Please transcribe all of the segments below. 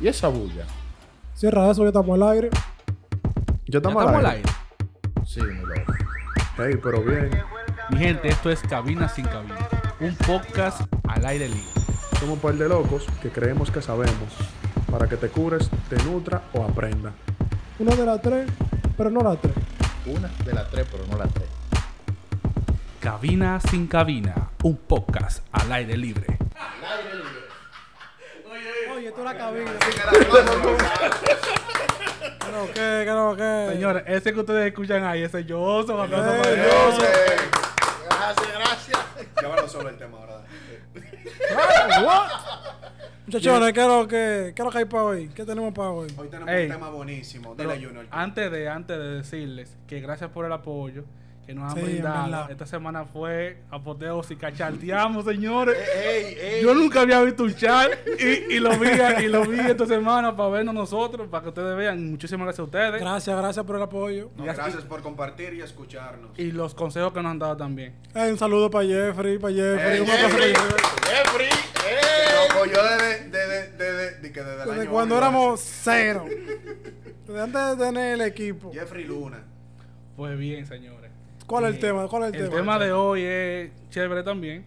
¿Y esa bulla? Cierra eso, ya estamos al aire. Yo Ya estamos estamos al al aire. Sí, mi loco. Ey, pero bien. Mi gente, esto es Cabina sin Cabina. Un podcast al aire libre. Somos un par de locos que creemos que sabemos. Para que te cures, te nutra o aprenda. Una de las tres, pero no las tres. Una de las tres, pero no las tres. Cabina sin Cabina. Un podcast al aire libre. Oye, tú la cabina. Que no, que, que no, que. Señores, ese que ustedes escuchan ahí, ese es Johnson. aplauso Eh, para él. Gracias, gracias. Llámalo sobre el tema, ¿verdad? Muchachones, ¿qué es lo que, qué es lo que hay para hoy? ¿Qué tenemos para hoy? Hoy tenemos Ey. un tema buenísimo. Pero Dile, Junior. antes de, antes de decirles que gracias por el apoyo que nos Sí, han en brindado. verdad. Esta semana fue apoteósica. Charteamos, señores. Ey, ey. Yo nunca había visto un chat y, y lo vi y lo vi esta semana para vernos nosotros, para que ustedes vean. Muchísimas gracias a ustedes. Gracias, gracias por el apoyo. No, Gracias. gracias por compartir y escucharnos. Y los consejos que nos han dado también. Eh, un saludo para Jeffrey, para Jeffrey. Ey, un abrazo para Jeffrey. Eh, Jeffrey. Jeffrey, ey. Loco, yo desde, desde, desde, de que desde el Desde año cuando uno, éramos cero. Desde antes de tener el equipo. Jeffrey Luna. Pues bien, señores. ¿Cuál es el Eh, tema? ¿Cuál es el, El tema? tema de hoy es chévere también.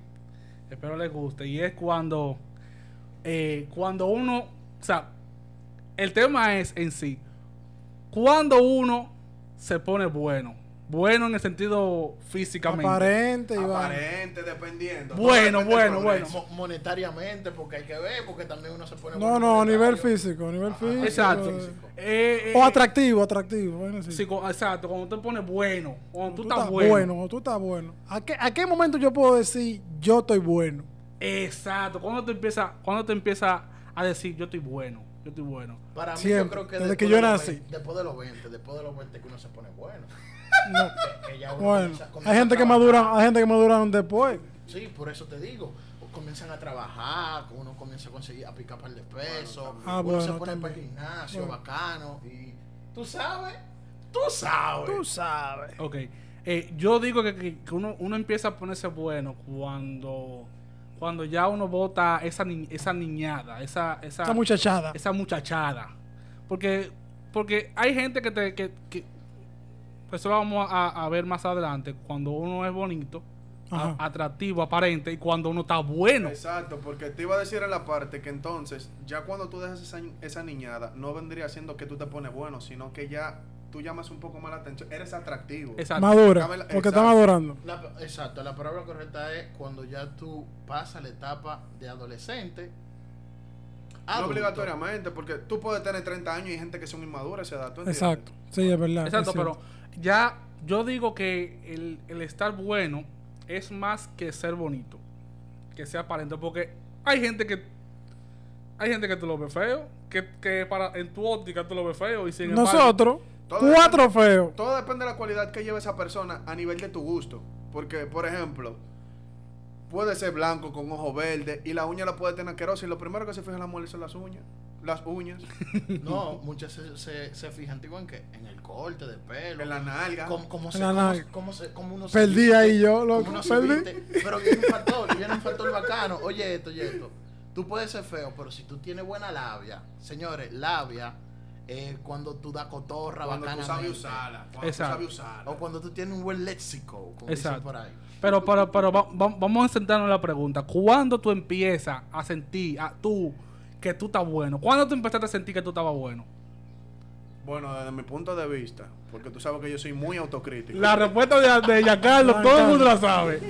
Espero les guste. Y es cuando, eh, cuando uno, o sea, el tema es en sí, cuando uno se pone bueno. Bueno en el sentido físicamente. Aparente, Iván. Aparente, dependiendo. Bueno, Todo depende bueno, del bueno. progreso. Mo- Monetariamente, porque hay que ver, porque también uno se pone. No, bueno no, a monetario. nivel físico, nivel físico. Exacto. Eh, eh, O atractivo, atractivo. Bueno, sí. sí, cu- exacto, cuando te pones bueno, cuando tú, tú, estás, estás bueno. bueno, tú estás bueno. ¿A qué, ¿A qué momento yo puedo decir yo estoy bueno? Exacto, cuando te empieza, cuando te empieza a decir yo estoy bueno, yo estoy bueno. Para mí, Siempre, yo creo que. desde después que yo de los nací. 20, después de los 20, después de los 20 que uno se pone bueno. No. Que ya uno Bueno, comienza- comienza hay gente a que trabajar. madura, hay gente que maduran después. Sí, por eso te digo. O Comienzan a trabajar, uno comienza a conseguir a picar par de pesos, Ah, uno se bueno, pone para el también. gimnasio Bueno. bacano y tú sabes, tú sabes. sabes. Ok. Eh, yo digo que, que- que uno, uno empieza a ponerse bueno cuando, cuando ya uno bota esa, ni- esa niñada, esa, esa, Esa muchachada. esa muchachada. Porque, porque hay gente que te. Que, que- pues eso lo vamos a, a ver más adelante. Cuando uno es bonito, a- Ajá. atractivo, aparente, y cuando uno está bueno. Exacto, porque te iba a decir en la parte que entonces, ya cuando tú dejas esa, esa niñada, no vendría siendo que tú te pones bueno, sino que ya tú llamas un poco más la atención. Eres atractivo. Exacto. Madura, Dame la- porque está exacto. madurando. La- exacto, la palabra correcta es cuando ya tú pasas la etapa de adolescente. No adulto. obligatoriamente, porque tú puedes tener 30 años y hay gente que son inmaduras a esa edad. ¿tú entiendes? Exacto. Sí, es verdad. Exacto, Ah, es pero cierto. ya yo digo que el, el estar bueno es más que ser bonito, que sea aparente, porque hay gente que hay gente que tú lo ves feo, que, que para en tu óptica tú lo ves feo y sin embargo- Nosotros, Todo cuatro feos. Todo depende de la cualidad que lleve esa persona a nivel de tu gusto. Porque, por ejemplo, puede ser blanco con ojo verde y la uña la puede tener asquerosa. Y lo primero que se fija la mujer son las uñas. Las uñas, No, muchas se, se, se fijan tipo, en que en el corte de pelo. en la nalga. cómo, cómo se, En la cómo, nalga. se- cómo se- cómo uno se Perdí viste, ahí yo, cómo loco, uno se perdí. viste. Pero viene un factor, viene un factor bacano. Oye esto, oye esto. Tú puedes ser feo, pero si tú tienes buena labia, señores, labia es cuando tú das cotorra Cuando tú sabes bacanamente. usarla. Cuando Exacto. tú sabes usarla. O cuando tú tienes un buen léxico, como Exacto. dicen por ahí. Pero, pero, pero va- va- vamos a sentarnos en la pregunta. ¿Cuándo tú empiezas a sentir, a tú, que tú estás bueno? ¿Cuándo tú empezaste a sentir que tú estabas bueno? Bueno, desde mi punto de vista, porque tú sabes que yo soy muy autocrítico. La respuesta de, de Giancarlo, todo el mundo la sabe.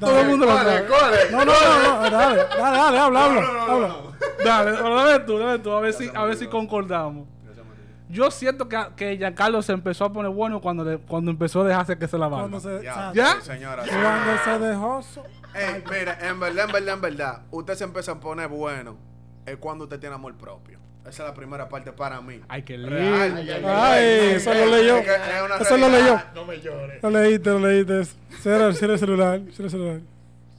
Todo el mundo la sabe. No, no, no, no, dale, dale, dale, habla, habla. habla. Dale, dale tú, dale tú, a ver si, a ver si concordamos. Yo siento que, que Giancarlo se empezó a poner bueno cuando, le- cuando empezó a dejarse que se la barba. Cuando se, ¿Ya? Ya, ¿Ya? sí, señora. sí. Cuando se dejó. so- Ey, mira, en verdad, en verdad, en verdad, usted se empieza a poner bueno es cuando usted tiene amor propio. Esa es la primera parte para mí. Ay, qué Real. lindo. Ay, eso lo leyó. Es que es una Eso lo realidad. leyó. No me llores. Lo leíste, lo leíste. eso. Cierra, cierra el celular, cierra el celular.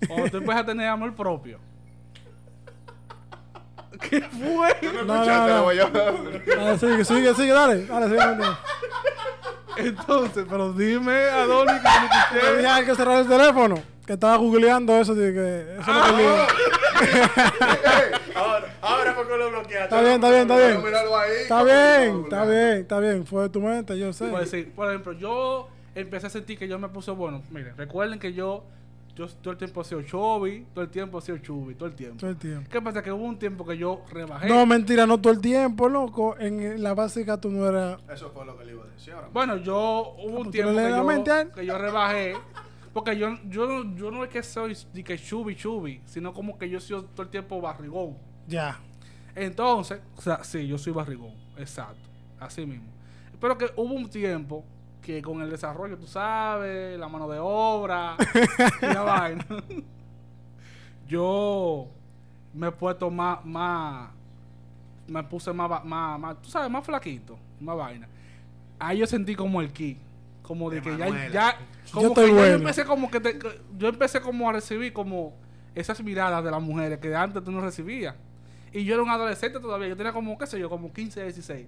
Cuando tú empiezas a tener amor propio. ¿Qué fue? No, no, no. Dale, sigue, sigue, sigue, dale. Dale, sigue. dale. Entonces, pero dime, Adonis, que no te Pero escuché. ya hay "Ah, que cerrar Ah. el teléfono. Que estaba googleando eso. dije que eso es lo que digo. Ahora, ahora fue que lo bloqueaste. Está bien, está bien, está bien. Míralo ahí. Está bien, está bien, está bien. Fue de tu mente, yo sé. Por decir, por ejemplo, yo empecé a sentir que yo me puse bueno. Miren, recuerden que yo, yo todo el tiempo he sido chubby, todo el tiempo he sido chubby, todo el tiempo. Todo el tiempo. ¿Qué pasa? Que hubo un tiempo que yo rebajé. No, mentira, no todo el tiempo, loco. En la básica tú no eras. Eso fue lo que le iba a decir ahora. Bueno, yo hubo un pues tú tiempo no le que das mental. yo, que yo rebajé. Porque yo, yo, no- yo no es que soy ni que chubby chubby, sino como que yo soy todo el tiempo barrigón. Ya. Entonces, o sea, sí, yo soy barrigón, exacto, así mismo. Pero que hubo un tiempo que con el desarrollo, tú sabes, la mano de obra y la vaina, yo me he puesto más, más, me puse más, va- más, más, tú sabes, más flaquito, más vaina. Ahí yo sentí como el ki, como de que ya, Emanuela. ya, como estoy que ya bueno. yo empecé como que, te- que- yo empecé como a recibir como esas miradas de las mujeres que antes tú no recibías. Y yo era un adolescente todavía, yo tenía como, qué sé yo, como 15, 16.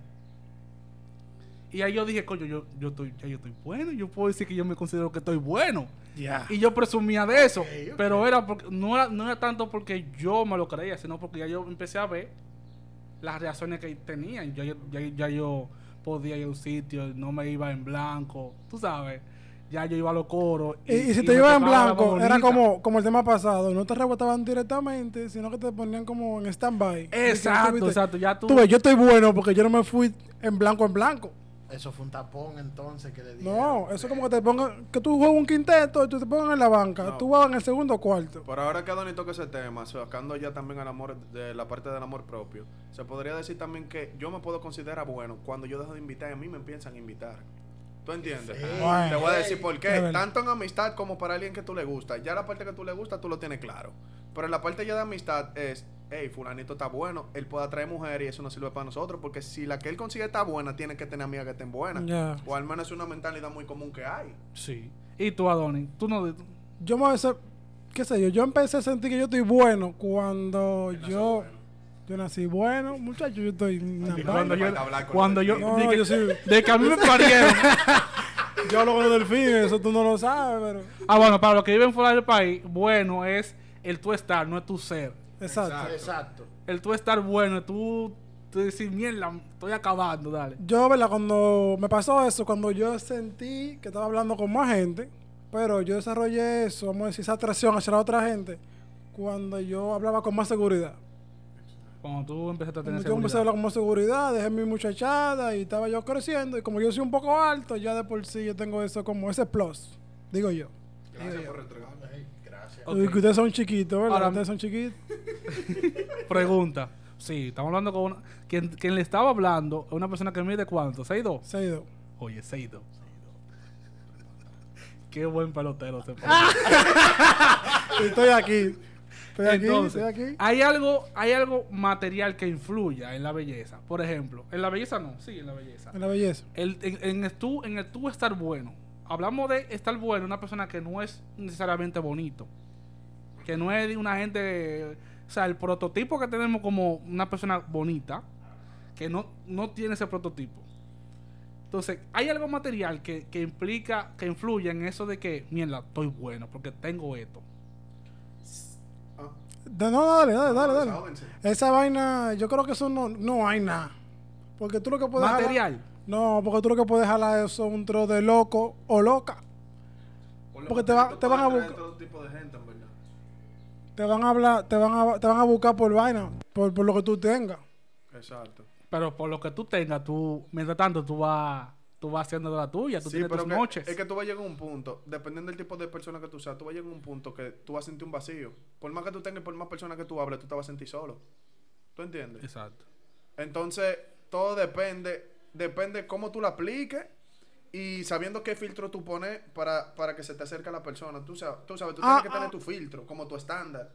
Y ahí yo dije, coño, yo, yo, estoy, ya yo estoy bueno, yo puedo decir que yo me considero que estoy bueno. Ya. Y yo presumía de eso, ok. pero era porque, no, era, no era tanto porque yo me lo creía, sino porque ya yo empecé a ver las reacciones que tenían. Ya yo, ya, ya yo podía ir a un sitio, no me iba en blanco, tú sabes. Ya yo iba a los coros. Y, y si y te me iba en tocaba la blanco, más era bonita. como, como el tema pasado. No te rebotaban directamente, sino que te ponían como en stand-by. Exacto, Y que tú viste, exacto, ya tú- Tú ves, yo estoy bueno porque yo no me fui en blanco en blanco. Eso fue un tapón entonces que le dije. Eh, No, eso como que te pongan, que tú juegas un quinteto y tú te pongan en la banca. No. Tú vas en el segundo cuarto. Por ahora que Adonis toca ese tema, sacando ya también al amor, de la parte del amor propio, se podría decir también que yo me puedo considerar bueno cuando yo dejo de invitar y a mí me empiezan a invitar. ¿Tú entiendes? Bueno. Eh, Te voy a decir por Es qué. verdad. Tanto en amistad como para alguien que tú le gusta. Ya la parte que tú le gusta, tú lo tienes claro. Pero en la parte ya de amistad es, hey, fulanito está bueno, él puede atraer mujeres y eso no sirve para nosotros, porque si la que él consigue está buena, tiene que tener amigas que estén buenas. Ya. O al menos es una mentalidad muy común que hay. Sí. Y tú, Adonis, tú no... Yo me ese- qué sé yo, yo empecé a sentir que yo estoy bueno cuando yo yo nací bueno, muchacho, yo estoy una Cuando le yo... falta hablar con Cuando los yo... delfines. de No, que- yo sí. De que a mí me parieron. Yo hablo con los delfines, eso tú no lo sabes, pero Ah, bueno, para los que viven fuera del país, bueno es el tú estar, no es tu ser. exacto. Exacto. El tú estar bueno, tú, tú decir, mierda, estoy acabando, dale. Yo, ¿verdad? Cuando me pasó eso, cuando yo sentí que estaba hablando con más gente, pero yo desarrollé eso, vamos a decir, esa atracción hacia la otra gente, cuando yo hablaba con más seguridad. Cuando tú empezaste a tener Cuando yo empecé a seguridad. hablar con más seguridad, dejé mi muchachada y estaba yo creciendo, y como yo soy un poco alto, ya de por sí yo tengo eso como ese plus, digo yo. Gracias por retragarme. Ey, gracias. Ok, Y que ustedes son chiquitos, ¿verdad? Ahora- ustedes son chiquitos. Pregunta. Sí, estamos hablando con una... Quien, quien le estaba hablando es una persona que mide cuánto, 6'2". Seido. Oye, 6'2". Qué buen pelotero se Estoy aquí. Ah. Estoy aquí, Entonces, estoy aquí. Hay algo, hay algo material que influya en la belleza. Por ejemplo, en la belleza no, sí, en la belleza. En la belleza. El- en, en el tú, en el tú estar bueno. Hablamos de estar bueno, una persona que no es necesariamente bonito. Que no es de una gente. O sea, el prototipo que tenemos como una persona bonita, que no, no tiene ese prototipo. Entonces, hay algo material que, que implica, que influye en eso de que, mierda, estoy bueno, porque tengo esto. Ah, No, no, dale, dale, dale, dale. desahóguense. Esa vaina, yo creo que eso no, no hay nada. Porque tú lo que Pues, puedes jalar- Material. no, porque tú lo que puedes jalar eso es un tro de loco o loca. Por lo Porque menos te va- tú te van a puedes buscar- atraer todo tipo de gente, en verdad. Te van a hablar, te van a, te van a buscar por vaina, por, por lo que tú tengas. Exacto. Pero por lo que tú tengas, tú, mientras tanto, tú vas, tú vas haciendo de la tuya, tú Sí, tienes pero tus que- noches. es que tú vas a llegar a un punto, dependiendo del tipo de persona que tú seas, tú vas a llegar a un punto que tú vas a sentir un vacío. Por más que tú tengas y por más personas que tú hables, tú te vas a sentir solo. ¿Tú entiendes? Exacto. Entonces, todo depende, depende cómo tú la apliques y sabiendo qué filtro tú pones para, para que se te acerque a la persona. Tú, sa- tú sabes, tú Ah, tienes que ah. tener tu filtro, como tu estándar.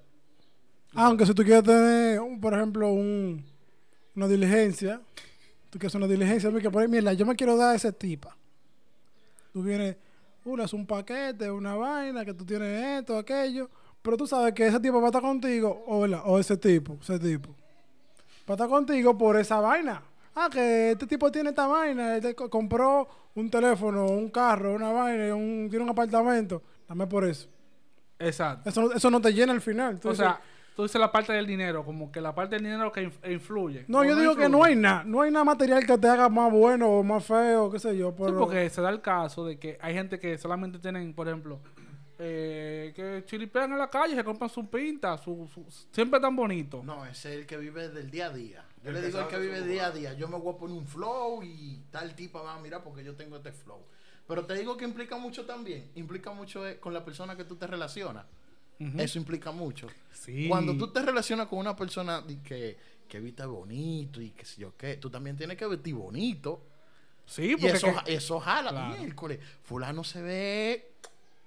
Aunque si tú quieres tener, un- por ejemplo, un, una diligencia, tú quieres una diligencia, mira, que por ahí, mira, yo me quiero dar a ese tipa. Tú vienes, una es un paquete, una vaina, que tú tienes esto, aquello, pero tú sabes que ese tipo va a estar contigo, o, la- o ese tipo, ese tipo, va a estar contigo por esa vaina. Ah, que este tipo tiene esta vaina, este co- compró un teléfono, un carro, una vaina, un- tiene un apartamento, dame por eso. Exacto. Eso, no- eso no te llena al final. Tú O dices, sea, Tú dices la parte del dinero, como que la parte del dinero que inf- influye. No, ¿O yo digo que no influye? hay nada. No hay nada material que te haga más bueno o más feo, qué sé yo. Sí, Pero porque se da el caso de que hay gente que solamente tienen, por ejemplo, eh, que chilipean en la calle, se compran su pinta, su, su- siempre tan bonito. No, ese es el que vive del día a día. Yo El le que digo el sabe que su vive lugar. día a día. Yo me voy a poner un flow y tal tipa va a mirar porque yo tengo este flow. Pero te digo que implica mucho también. Implica mucho eh, con la persona que tú te relacionas. Ujú. Eso implica mucho. Sí. Cuando tú te relacionas con una persona di que, que viste bonito y que sé yo qué, tú también tienes que vestir bonito. Sí, Y porque eso, que- ja- eso jala. Claro. Miércoles, fulano se ve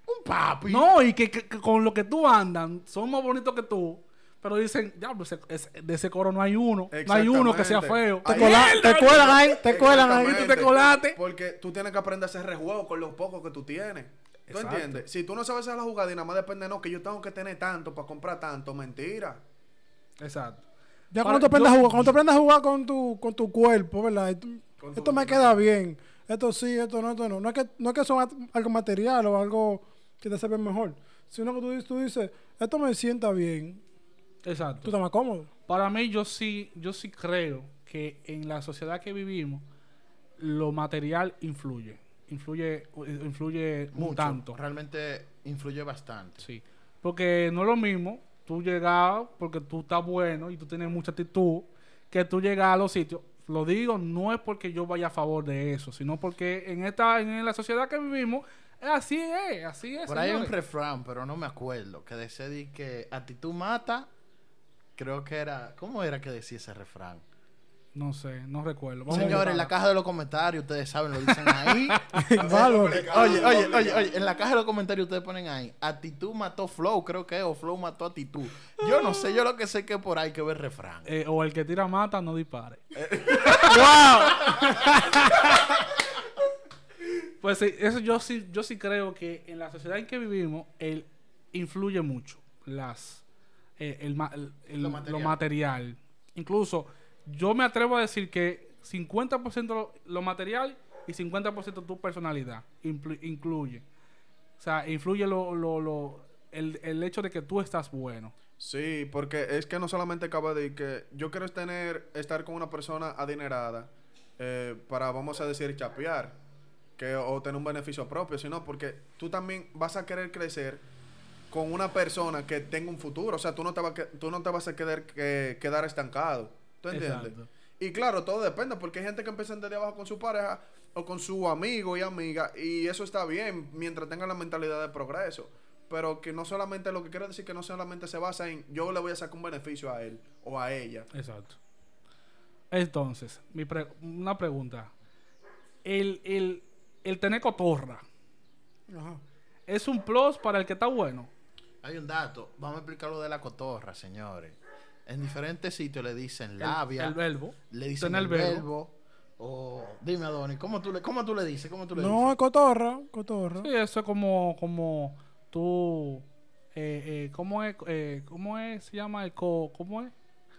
un papi. No, y que, que- que con lo que tú andan son más bonitos que tú. Pero dicen, ya, pues, ese- ese- de ese coro no hay uno. No hay uno que sea feo. te, Exactamente. cola- Ahí- te cuelan ahí, te cuelan ahí. tú Exactamente. te colaste. Porque tú tienes que aprender a hacer rejuego con lo poco que tú tienes. ¿Tú Exacto. entiendes? Si tú no sabes hacer la jugada y nada más depende, no, que yo tengo que tener tanto para comprar tanto, mentira. Exacto. Ya Ahora, cuando te aprendas a yo- jugar, cuando te aprendas a jugar con tu, con tu cuerpo, ¿verdad? Y tú- Con tu esto me queda bien. Esto sí, esto no, esto no. No es que, no es que son at- algo material o algo que te sepa mejor. Sino que tú, dices- tú dices, esto me sienta bien. Tú Exacto. estás más cómodo. Para mí, yo sí, yo sí creo que en la sociedad que vivimos, lo material influye. Influye, influye un mucho. tanto. Realmente influye bastante. Sí. Porque no es lo mismo tú llegar porque tú estás bueno y tú tienes mucha actitud que tú llegas a los sitios. Lo digo, no es porque yo vaya a favor de eso, sino porque en esta en la sociedad que vivimos, eh, así es, así es. Por ahí hay un señores. refrán, pero no me acuerdo, que decía di que actitud mata. Creo que era. ¿Cómo era que decía ese refrán? no sé, no recuerdo. Vamos a Señores, en la buscarla. caja de los comentarios, ustedes saben, lo dicen ahí. Bárbaro. oye, oye, oye, oye, en la caja de los comentarios ustedes ponen ahí. Actitud mató flow, creo que es, o flow mató actitud. Yo no sé, yo lo que sé es que por ahí hay que ver refrán. Eh, o el que tira mata no dispare. Pues sí, eso yo sí, yo sí creo que en la sociedad en que vivimos, él influye mucho las eh, el, ma- el- el- Lo lo, material. material. Incluso, yo me atrevo a decir que 50% lo, lo material y 50% tu personalidad implu- incluye. O sea, influye lo, lo- lo- el, el hecho de que tú estás bueno. Sí, porque es que no solamente acaba de que yo quiero tener, estar con una persona adinerada eh, para, vamos a decir, chapear que, o tener un beneficio propio, sino porque tú también vas a querer crecer con una persona que tenga un futuro. O sea, tú no te, va a que- tú no te vas a quedar, que- quedar estancado. ¿Tú entiendes? Exacto. Y claro, todo depende, porque hay gente que empieza desde abajo con su pareja o con su amigo y amiga, y eso está bien mientras tenga la mentalidad de progreso. Pero que no solamente, lo que quiero decir que no solamente se basa en yo le voy a sacar un beneficio a él o a ella. Exacto. Entonces, mi pre- una pregunta. El, el, el tener cotorra Ajá. es un plus para el que está bueno. Hay un dato, vamos a explicar lo de la cotorra, señores. En diferentes sitios le dicen labia, El, el verbo. le dicen tener el verbo. verbo. O, dime, Adonis, ¿cómo tú le, cómo tú le dices? ¿Cómo tú le No, dices? es cotorra, cotorra. Sí, eso es como, como tú. Eh, eh, ¿Cómo es? Eh, ¿Cómo es? Se llama el co. ¿Cómo es?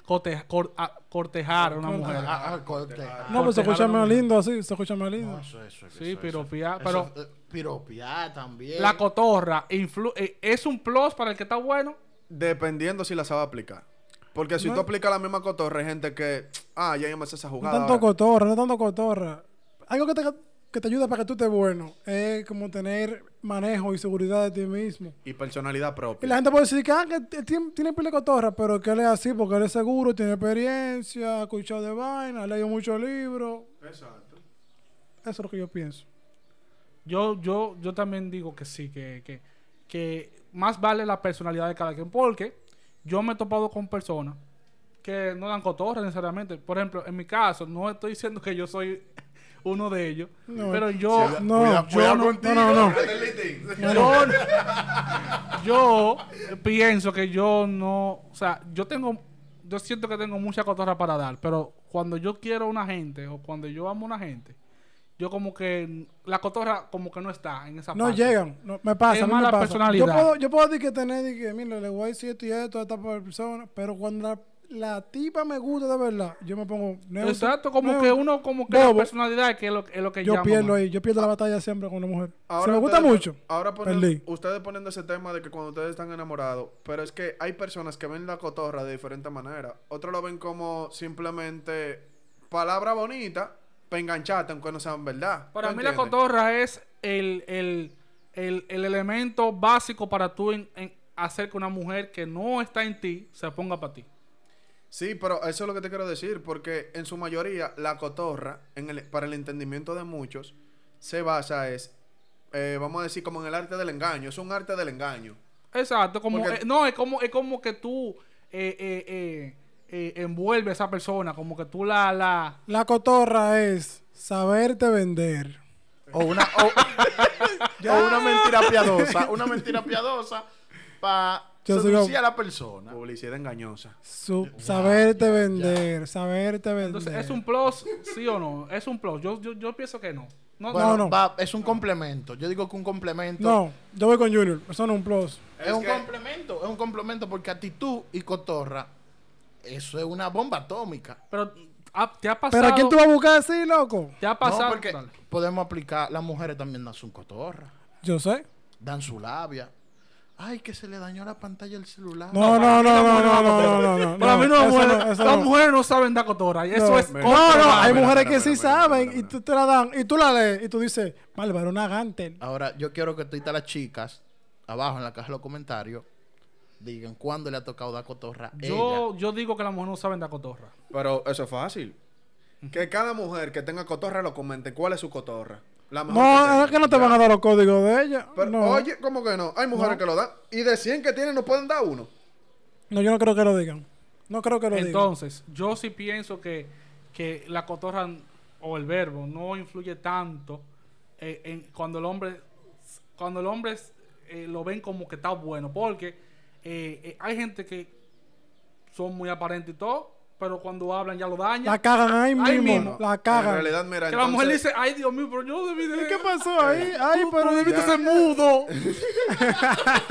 Cote- cor- a- cortejar a una Cortejar. mujer. Ah, ah, corte. No, pero se escucha Cortejar a más los- lindo así, se escucha más lindo. No, eso, eso, eso, Sí, eso, piropiar, eso. pero- Eso, eh, piropiar también. La cotorra influ- eh, es un plus para el que está bueno. Dependiendo si la sabe aplicar. Porque si No. tú aplicas la misma cotorra, hay gente que, ah, ya yo me sé esa No jugada. tanto ahora". cotorra, no tanto cotorra. Algo que te, que te ayuda para que tú estés bueno es como tener manejo y seguridad de ti mismo. Y personalidad Y propia. la gente puede decir que, ah, que t- tiene, tiene pila de cotorra, pero que él es así porque él es seguro, tiene experiencia, ha escuchado de vaina, ha leído muchos libros. Exacto. Eso es lo que yo pienso. Yo, yo, yo también digo que sí, que, que, que más vale la personalidad de cada quien. Porque yo me he topado con personas que no dan cotorra necesariamente. Por ejemplo, en mi caso, no estoy diciendo que yo soy uno de ellos, No. pero yo, No, yo no, no, no, no. yo, yo pienso que yo no, o sea, yo tengo, yo siento que tengo mucha cotorra para dar, pero cuando yo quiero a una gente o cuando yo amo a una gente, yo como que la cotorra como que no está en esa No parte. llegan, no, me pasa. Es a mí me mala pasa. personalidad. Yo puedo, yo puedo decir que tener, de que, mira, le voy a decir esto y esto a esta persona, pero cuando la la tipa me gusta de verdad, yo me pongo neutro. Exacto, como neutro. que uno, como que la Bobo. personalidad que es lo, es lo que Yo llama pierdo más. ahí, yo pierdo la batalla siempre con una mujer. Ahora si me gusta ustedes- mucho, Ahora ponen- perdí. ustedes poniendo ese tema de que cuando ustedes están enamorados, pero es que hay personas que ven la cotorra de diferente manera. Otros lo ven como simplemente palabra bonita para engancharte, aunque no sean verdad. Para ¿Tú mí la entiendes? cotorra es el, el, el, el elemento básico para tú en- en hacer que una mujer que no está en ti se ponga para ti. Sí, pero eso es lo que te quiero decir, porque en su mayoría la cotorra, en el- para el entendimiento de muchos, se basa es, eh, vamos a decir, como en el arte del engaño. Es un arte del engaño. Exacto, como Porque- eh, no, es como es como que tú eh, eh, eh, eh, envuelves a esa persona, como que tú la la la cotorra es saberte vender. O una, o- o una mentira piadosa. Una mentira piadosa para Yo seducir sigo- a la Ah. persona. Publicidad engañosa. Su- saberte vender, saberte vender. entonces es un plus, sí o no? Es un plus. Yo yo, yo pienso que no. No, Bueno, no. va- es un complemento. Yo digo que un complemento. No, yo voy con Junior, eso no es un plus. Es, Es un que- complemento. Es un complemento porque actitud y cotorra, eso es una bomba atómica. pero ah, te ha pasado Pero ¿a quién tú vas a buscar así, loco? te ha No, pasado porque Dale. podemos aplicar. Las mujeres también dan su cotorra. Yo sé. Dan su labia. Ay, que se le dañó la pantalla del celular. No, no, no, no, no, no, no, no. Para mí no, eso mujeres- eso las no. mujeres no saben dar cotorra, y eso No, es no, Mira, no, hay mujeres mira, mira, que mira, sí mira, saben mira, y mira. tú te la dan y tú la lees y tú dices, mal varón agante. Ahora, yo quiero que todas las chicas, abajo en la caja de los comentarios, digan cuándo le ha tocado dar cotorra. a yo yo digo que las mujeres no saben dar cotorra. Pero eso es fácil. Que cada mujer que tenga cotorra lo comente. ¿Cuál es su cotorra? La No, mejor tenga. es que no te Ya. van a dar los códigos de ella. Pero, no. Oye, ¿cómo que no? Hay mujeres que lo dan. Y de 100 que tienen, no pueden dar uno. no, yo no creo que lo digan. No creo que lo digan. Entonces, yo sí pienso que, que la cotorra n- o el verbo no influye tanto eh, en cuando el hombre cuando el hombre es, eh, lo ven como que está bueno, porque eh, eh, hay gente que son muy aparentes y todo, pero cuando hablan ya lo dañan. La cagan ahí mismo. Ahí mismo. La En cagan. realidad, mira, que la mujer entonces, dice, ay Dios mío, pero yo debí de... ¿Qué pasó ahí? Eh, Ay, pero debiste ya. ser mudo.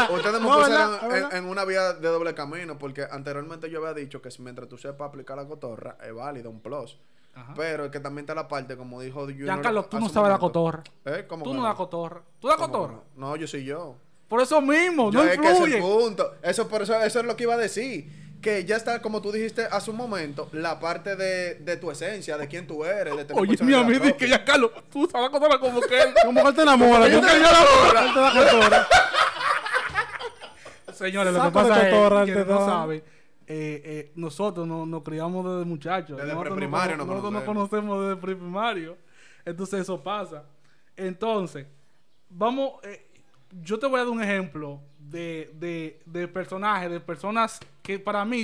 ustedes me No, pusieron ¿verdad? ¿verdad? en, en una vía de doble camino, porque anteriormente yo había dicho que si mientras tú sepas aplicar la cotorra, es válido, un plus. Ajá. Pero es que también está la parte, como dijo Junior Giancarlo, tú hace no un sabes la momento. cotorra. ¿Eh? ¿Cómo Tú que no das cotorra. Tú das ¿Cómo que cotorra. No, No, yo soy yo. Por eso mismo, Yo, no es que ese es el influye. punto. Eso, por eso, eso es lo que iba a decir. Que ya está, como tú dijiste hace un momento, la parte de, de tu esencia, de quién tú eres, de tener Oye, mi personalidad amigo, propia. que Giancarlo, tú sabes la cotorra como que él. Como que él te enamora. Yo Él te te digo la él te da cotorra. Señores, lo que Saco de pasa cotorra, es que te no da. saben. eh, eh, nosotros no- nos criamos desde muchachos. Desde Nosotros no preprimario cono- nos Nosotros nos conocemos desde preprimario. Entonces eso pasa. Entonces, vamos, eh, yo te voy a dar un ejemplo de, de, de personajes, de personas que para mí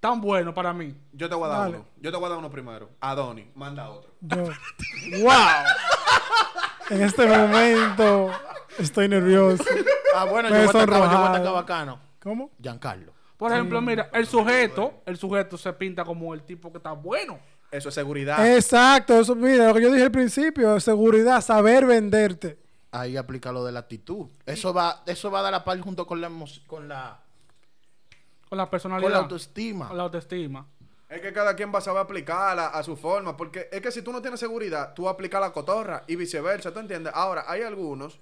tan bueno para mí. Yo te voy a dar Dale. uno. Yo te voy a dar uno primero. A Donny, manda otro. Yo. En este momento estoy nervioso. Ah, bueno, yo Me voy a atacar, yo voy a sonrojado. atacar bacano. ¿Cómo? Giancarlo. Por ejemplo, mira, el sujeto, el sujeto se pinta como el tipo que está bueno. Eso es Eh, seguridad. Exacto, eso mira, lo que yo dije al principio, seguridad, saber venderte. Ahí aplica lo de la actitud. Eso va, eso va a dar la par junto con la emo- con la, Con la personalidad. con la autoestima. Con la autoestima. Es que cada quien va a saber aplicarla a su forma, porque es que si tú no tienes seguridad, tú aplicas la cotorra y viceversa, ¿tú entiendes? Ahora, hay algunos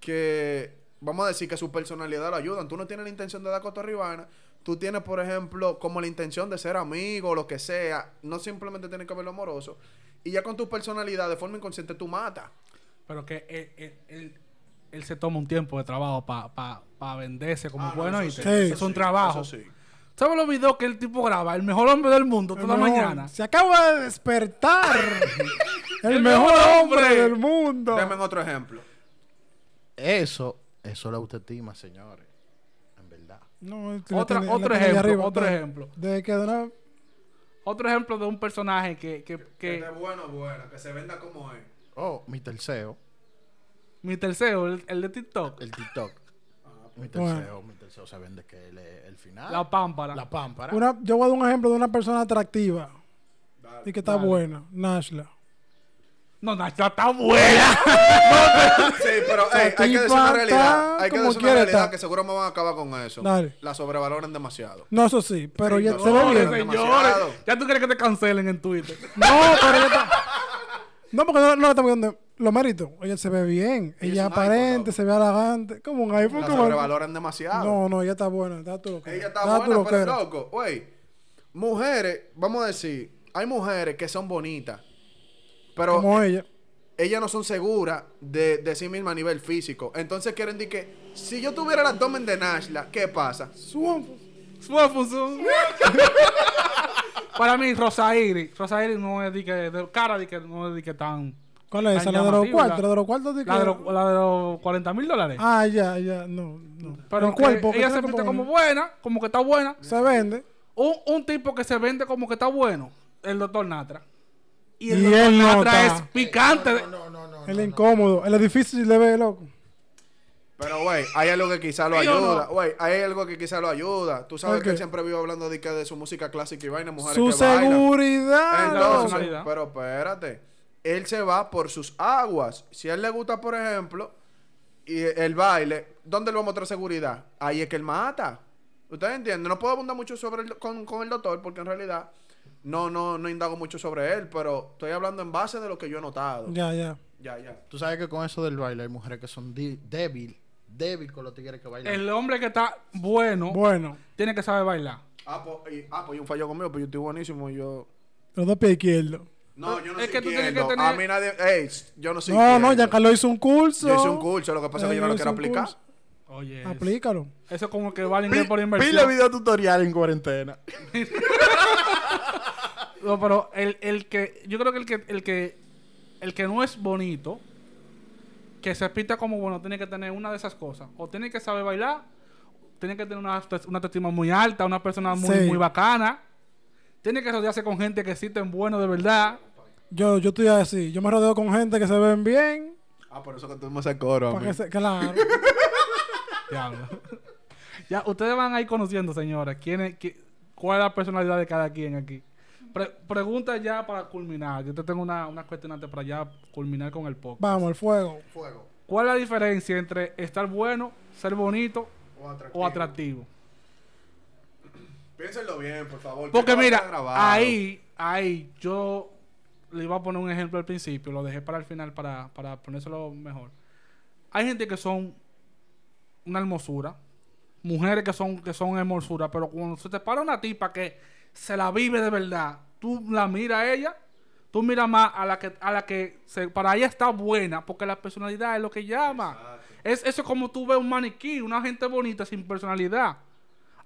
que, vamos a decir que su personalidad lo ayudan. Tú no tienes la intención de dar cotorra Ivana, tú tienes, por ejemplo, como la intención de ser amigo o lo que sea, no simplemente tiene que verlo amoroso. Y ya con tu personalidad, de forma inconsciente, tú matas. Pero que él, él- él- él se toma un tiempo de trabajo para venderse Ah, como Ah, bueno. y sí, es eso un trabajo. Eso sí. ¿Sabes los videos que el tipo graba? El mejor hombre del mundo toda El la mejor. mañana. Se acaba de despertar. el, El mejor mejor hombre, hombre. del mundo. Deme otro ejemplo. Eso, eso es la autoestima, señores. En verdad. No, él la Otra- tiene- él la otro tiene ahí ejemplo, arriba, otro de- ejemplo. De que de una- Otro ejemplo de un personaje que, que, Que que esté bueno, bueno, que se venda como es. Oh, mi tercero, mi tercero, el, el de TikTok, el TikTok. Mi bueno. tercero, mi tercero se vende que él es el Ah. final. la pámpara. La pámpara. una- yo voy a dar un ejemplo de una persona atractiva Dale. y que está buena, Nashla. No, Nacha está buena. Sí, pero ey, hay que decir tipa una realidad. está Hay que como decir una quiere realidad estar. que seguro me van a acabar con eso. Dale. La sobrevaloran demasiado. No, eso sí, pero Sí, ya no, se ve no, bien. no, no. Señores, Demasiado. ya tú quieres que te cancelen en Twitter. No, pero ella está. No, porque no, no le estamos viendo lo mérito. Ella se ve bien. Ella Ella es un iPhone, aparente, loco. se ve halagante. Como un iPhone. La como- sobrevaloran demasiado. No, no, ella está buena. Está tú lo que Ella era. está Está tú buena, lo que pero era. loco. Güey, mujeres, vamos a decir, hay mujeres que son bonitas, pero Como ella. ellas no son seguras de, de sí mismas a nivel físico. Entonces quieren decir que si yo tuviera el abdomen de Nashla, ¿qué pasa? Suafu, su- Para mí, Rosairi. Rosairi no es de que. De cara de que no es de que tan. ¿Cuál es esa? Tan La de los llamativa. cuartos. La de los cuartos. de La que- de, lo- la de los 40 mil dólares. Ah, ya, ya. No, no. Pero el que cuerpo. que ella tiene que se pinta como poner. buena, como que está buena. Se vende. Un, un tipo que se vende como que está bueno, el doctor Natra. Y el Y doctor él no Natra está. es picante. de- No, no, no, no. El no, incómodo. El difícil le ve, loco. Pero, güey, hay algo que quizá lo ¿Sí o no? ayuda. Güey, hay algo que quizá lo ayuda. Tú sabes Ok. que él siempre vive hablando de, que de su música clásica y vaina, mujeres Su que bailan. seguridad. la Entonces, loco. personalidad. pero espérate. Él se va por sus aguas. Si a él le gusta, por ejemplo, y el baile, ¿dónde le vamos a traer seguridad? Ahí es que él mata. ¿Ustedes entienden? No puedo abundar mucho sobre el- con, con el doctor porque en realidad no, no, no indago mucho sobre él, pero estoy hablando en base de lo que yo he notado. Ya, ya. Ya, ya. Tú sabes que con eso del baile hay mujeres que son di- débil, débil con los tigres que bailan. El hombre que está bueno, Bueno. tiene que saber bailar. Ah, pues, y, ah, pues y un fallo conmigo, pues yo estoy buenísimo. Yo. Pues, Los dos pies izquierdos. No, yo no Es soy que tú tienes que izquierdo. tener- A mí nadie. Ey, yo no soy. No, no, izquierdo. ya Carlos hizo un curso. Yo hice un curso, lo que pasa es que yo no lo hizo quiero un aplicar. curso. Oye. Aplícalo. Eso es como que vale inglés por Pile video inversión. videotutorial en cuarentena. No, pero el, el que. Yo creo que el que, el que. El que no es bonito. Que se pinta como bueno, tiene que tener una de esas cosas. O tiene que saber bailar. Tiene que tener una, auto- una autoestima muy alta. Una persona muy, Sí. muy bacana. Tiene que rodearse con gente que existen bueno de verdad. Yo, yo estoy así. Yo me rodeo con gente que se ven bien. Ah, por eso que tú me haces coro. a Para mí. que se, claro. Diablo. ya, ustedes van a ir conociendo, señores, quién es, qui- cuál es la personalidad de cada quien aquí. Pre- pregunta ya para culminar. Yo te tengo una, una cuestión antes para ya culminar con el podcast. Vamos, el fuego. Fuego. ¿Cuál es la diferencia entre estar bueno, ser bonito O atractivo. o atractivo? Piénsenlo bien, por favor. Porque que no mira, está grabado. ahí, ahí, yo le iba a poner un ejemplo al principio, lo dejé para el final para, para ponérselo mejor. Hay gente que son una hermosura, mujeres que son, que son hermosura, pero cuando se te para una tipa que se la vive de verdad, tú la miras a ella, tú miras más a la que, a la que se- para ella está buena, porque la personalidad es lo que llama. Es, eso es como tú ves un maniquí, una gente bonita sin personalidad.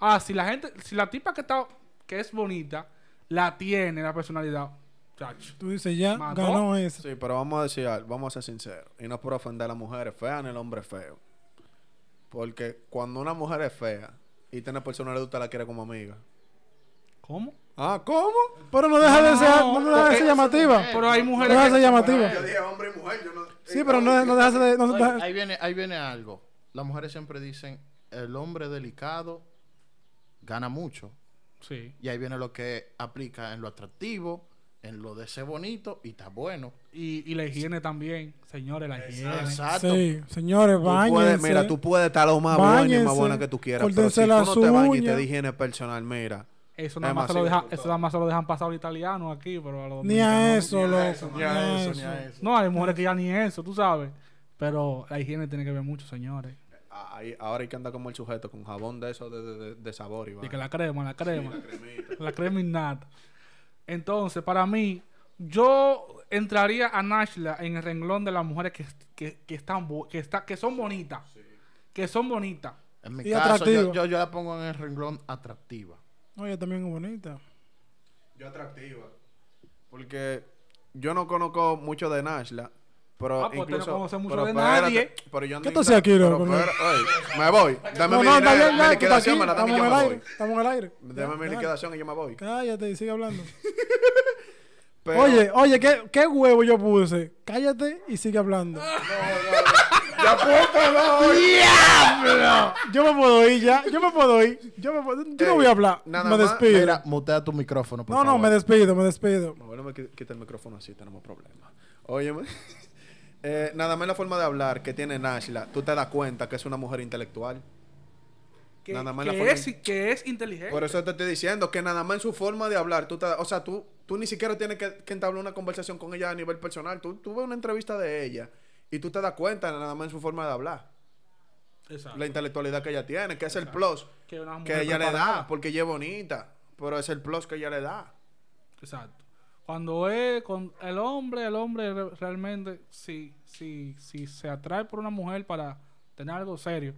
Ah, si la gente, si la tipa que está, que es bonita, la tiene la personalidad, chacho. Tú dices, ya, Mató. ganó ese. Sí, pero vamos a decir algo, vamos a ser sinceros. Y no es por ofender a las mujeres feas ni al hombre feo. Porque cuando una mujer es fea y tiene personalidad, usted la quiere como amiga. ¿Cómo? Ah, ¿cómo? Pero no deja de No, ser, no deja de porque- ser llamativa. Pero hay No mujeres deja de ser que... llamativa. dije hombre y mujer, yo no. Sí, pero no, no deja de ser... No, Oye, deja- ahí, viene, ahí viene algo. Las mujeres siempre dicen, el hombre delicado gana mucho. Sí. Y ahí viene lo que aplica en lo atractivo, en lo de ser bonito y está bueno. Y, y la higiene también, señores, la higiene. Exacto. sí, señores, Tú puedes- bañense. mira, tú puedes estar lo más buena y Báñense. más buena que tú quieras. Pero si Córtense tú las no te bañas y te uñas. de higiene personal, mira. Eso nada más se lo Demasiado deja, eso nada más se lo dejan pasar a los italianos aquí, pero a los Ni a dominicanos eso, eso, loco. ni Ni a a eso, eso. No, hay mujeres que ya ni eso, tú sabes. Pero la higiene tiene que ver mucho, señores. Ah, ahí- ahora hay que andar como el sujeto, con jabón de eso, de, de- de- de sabor y Y que vaina. la crema, la crema. cremita. la crema innata. Entonces, para mí, yo entraría a Nashla en el renglón de las mujeres que, que, que están, bo- que, está, que son bonitas. Que son bonitas. En mi Y caso, yo, atractivo. yo, yo la pongo en el renglón atractiva. No, ella también es bonita. Yo atractiva. Porque yo no conozco mucho de Nashla. Pero Ah, pues usted no incluso. conoce mucho pero de espérate, nadie. Pero yo ando ¿Qué tú haces aquí, pero loco? espera, oye, me voy. Dame No, mi no, está dinero, bien, mi ya, tú estás aquí. liquidación, me la dan Estamos y yo en el me aire. voy. Estamos en el aire. Dame mi Dale. liquidación y yo me voy. Cállate y sigue hablando. Pero- Oye, oye, ¿qué, qué huevo yo puse. Cállate y sigue hablando. Ya puta, no. Yo me puedo ir ya. Yo me puedo ir. Yo, me puedo- yo no Ey, voy a hablar. nada me más, despido. Mira, mutea tu micrófono, por no, no, favor. me despido, me despido. Bueno, me qui- quita el micrófono así, tenemos problemas. Óyeme. Eh, nada más la forma de hablar que tiene Nashla, tú te das cuenta que es una mujer intelectual. Que, Nada más la que forma es, en- que es inteligente. Por eso te estoy diciendo que nada más en su forma de hablar, tú te, o sea, tú, tú ni siquiera tienes que, que entablar una conversación con ella a nivel personal. Tú, tú ves una entrevista de ella y tú te das cuenta nada más en su forma de hablar. Ah. Exacto. La intelectualidad que ella tiene, que es el plus que una mujer que ella le preparada. da, porque ella es bonita, pero es el plus que ella le da. Exacto. Cuando es con el hombre, el hombre re- realmente, si, si, si se atrae por una mujer para tener algo serio,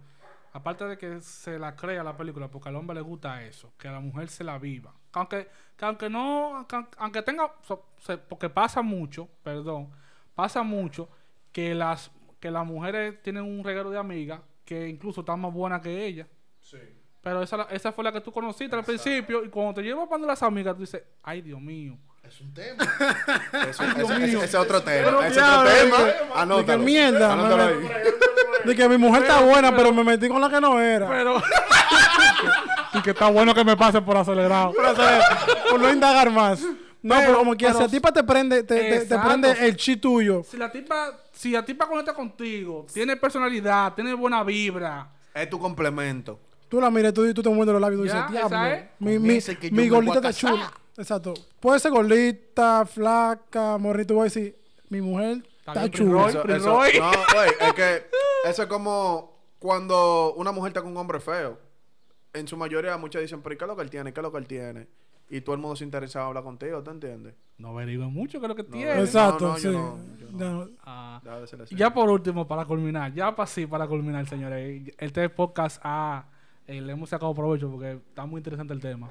aparte de que se la crea la película, porque al hombre le gusta eso, que a la mujer se la viva. Que aunque, que aunque no, que aunque- aunque tenga, so- se- porque pasa mucho, perdón, pasa mucho que las, que las mujeres tienen un reguero de amigas que incluso están más buenas que ellas. Pero esa, esa fue la que tú conociste al principio. Y cuando te llevas para las amigas, tú dices, ay, Dios mío. Es un tema. Eso- ese- ese- ese es otro Pero tema. Ese es diablo, otro tema. de que- Anótalo. de que mierda, Anótalo me- ahí. De que mi mujer está buena, pero, me metí con la que no era. Pero. y que está bueno que me pase por acelerado. Por hacer- por no indagar más. No, pero, Pero- como que pero- si a ti te prende, te, te- te Exacto. prende el chi tuyo. Si la tipa, si la tipa conecta contigo, tiene personalidad, tiene buena vibra. Es tu complemento. Tú la miras tú, y tú te muerdes los labios y tú Ya, dices, esa diablo. es. Mi, Con mi, ese que yo mi me voy gordita a está casar. chula. Exacto. Puede ser gordita, flaca, morrito. Voy a decir, mi mujer está bien, chula. Roy. Eso- Prince eso- Roy. no, güey, es que eso es como cuando una mujer está con un hombre feo. En su mayoría, muchas dicen, pero ¿y qué es lo que él tiene? ¿Qué es lo que él tiene? Y todo el mundo se interesa en hablar contigo, ¿te entiendes? No averigüe mucho que es lo que tiene. Eso- Exacto, No, no, sí. yo no, yo no. Ya, Ah, Ya, pues. désela así. y ya por último, para culminar, ya para sí, para culminar, señores. Este podcast ah, eh, le hemos sacado provecho porque está muy interesante el tema.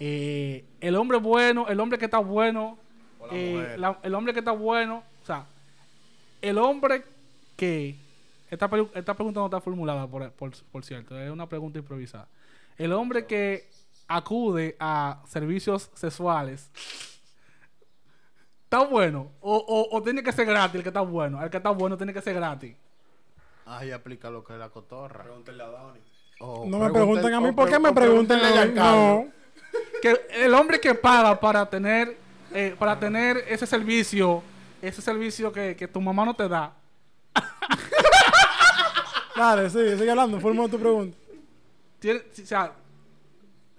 Eh, el hombre bueno, el hombre que está bueno, O la eh, mujer. la- el hombre que está bueno, o sea, el hombre que. Esta, pelu- esta pregunta no está formulada, por, por, por cierto, es una pregunta improvisada. El hombre que acude a servicios sexuales, ¿está bueno? O, o- o tiene que ser gratis el que está bueno? El que está bueno tiene que ser gratis. Ay, aplica lo que es la cotorra. Pregúntenle a Downey. O No me pregunten- pregunten a mí o por qué pregun- me o preguntan pregúntenle a a mí. Giancarlo. No. Que el hombre que paga para tener, eh, para tener ese servicio, ese servicio que, que tu mamá no te da, Dale, sí, sigue hablando. Forma tu pregunta. tiene- o sea,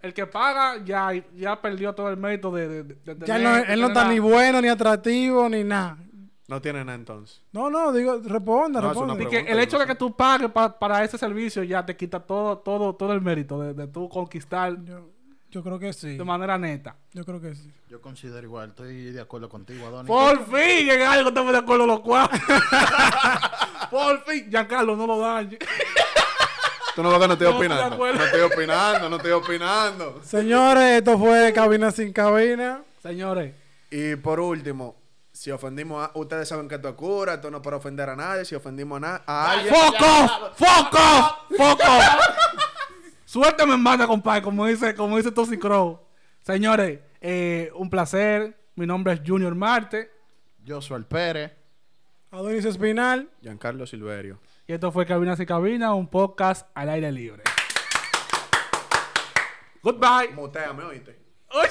el que paga ya, ya perdió todo el mérito de... de- de- de Ya tener- no- de él no tener está la- ni bueno, ni atractivo, ni nada. No tiene nada entonces. No, no, digo, responda, No, es responda. una Así pregunta. que el hecho de que tú pagues pa- para ese servicio ya te quita todo todo todo el mérito de, de tú conquistar Yo, yo creo que sí. de manera neta. Yo creo que sí. Yo considero igual, estoy de acuerdo contigo, Adonis. Por fin, en algo estamos de acuerdo los cuatro. Por fin, Giancarlo, no lo dañe. Tú no ves que no estoy No, opinando. estoy de No acuerdo. estoy opinando, no estoy opinando. Señores, esto fue Cabina sin Cabina. Señores, Y por último, si ofendimos a... Ustedes saben que esto es cura, esto no es para ofender a nadie. Si ofendimos a, na- a alguien... ¡Foco! ¡Foco! ¡Foco! Suerte me mata, compadre, como dice, como dice Tosi Crow. Señores, eh, un placer. Mi nombre es Junior Marte. Yo soy el Pérez. Adonis Espinal. Giancarlo Silverio. Y esto fue Cabinas y Cabina, un podcast al aire libre. Goodbye. Muteame, oíste. Oye.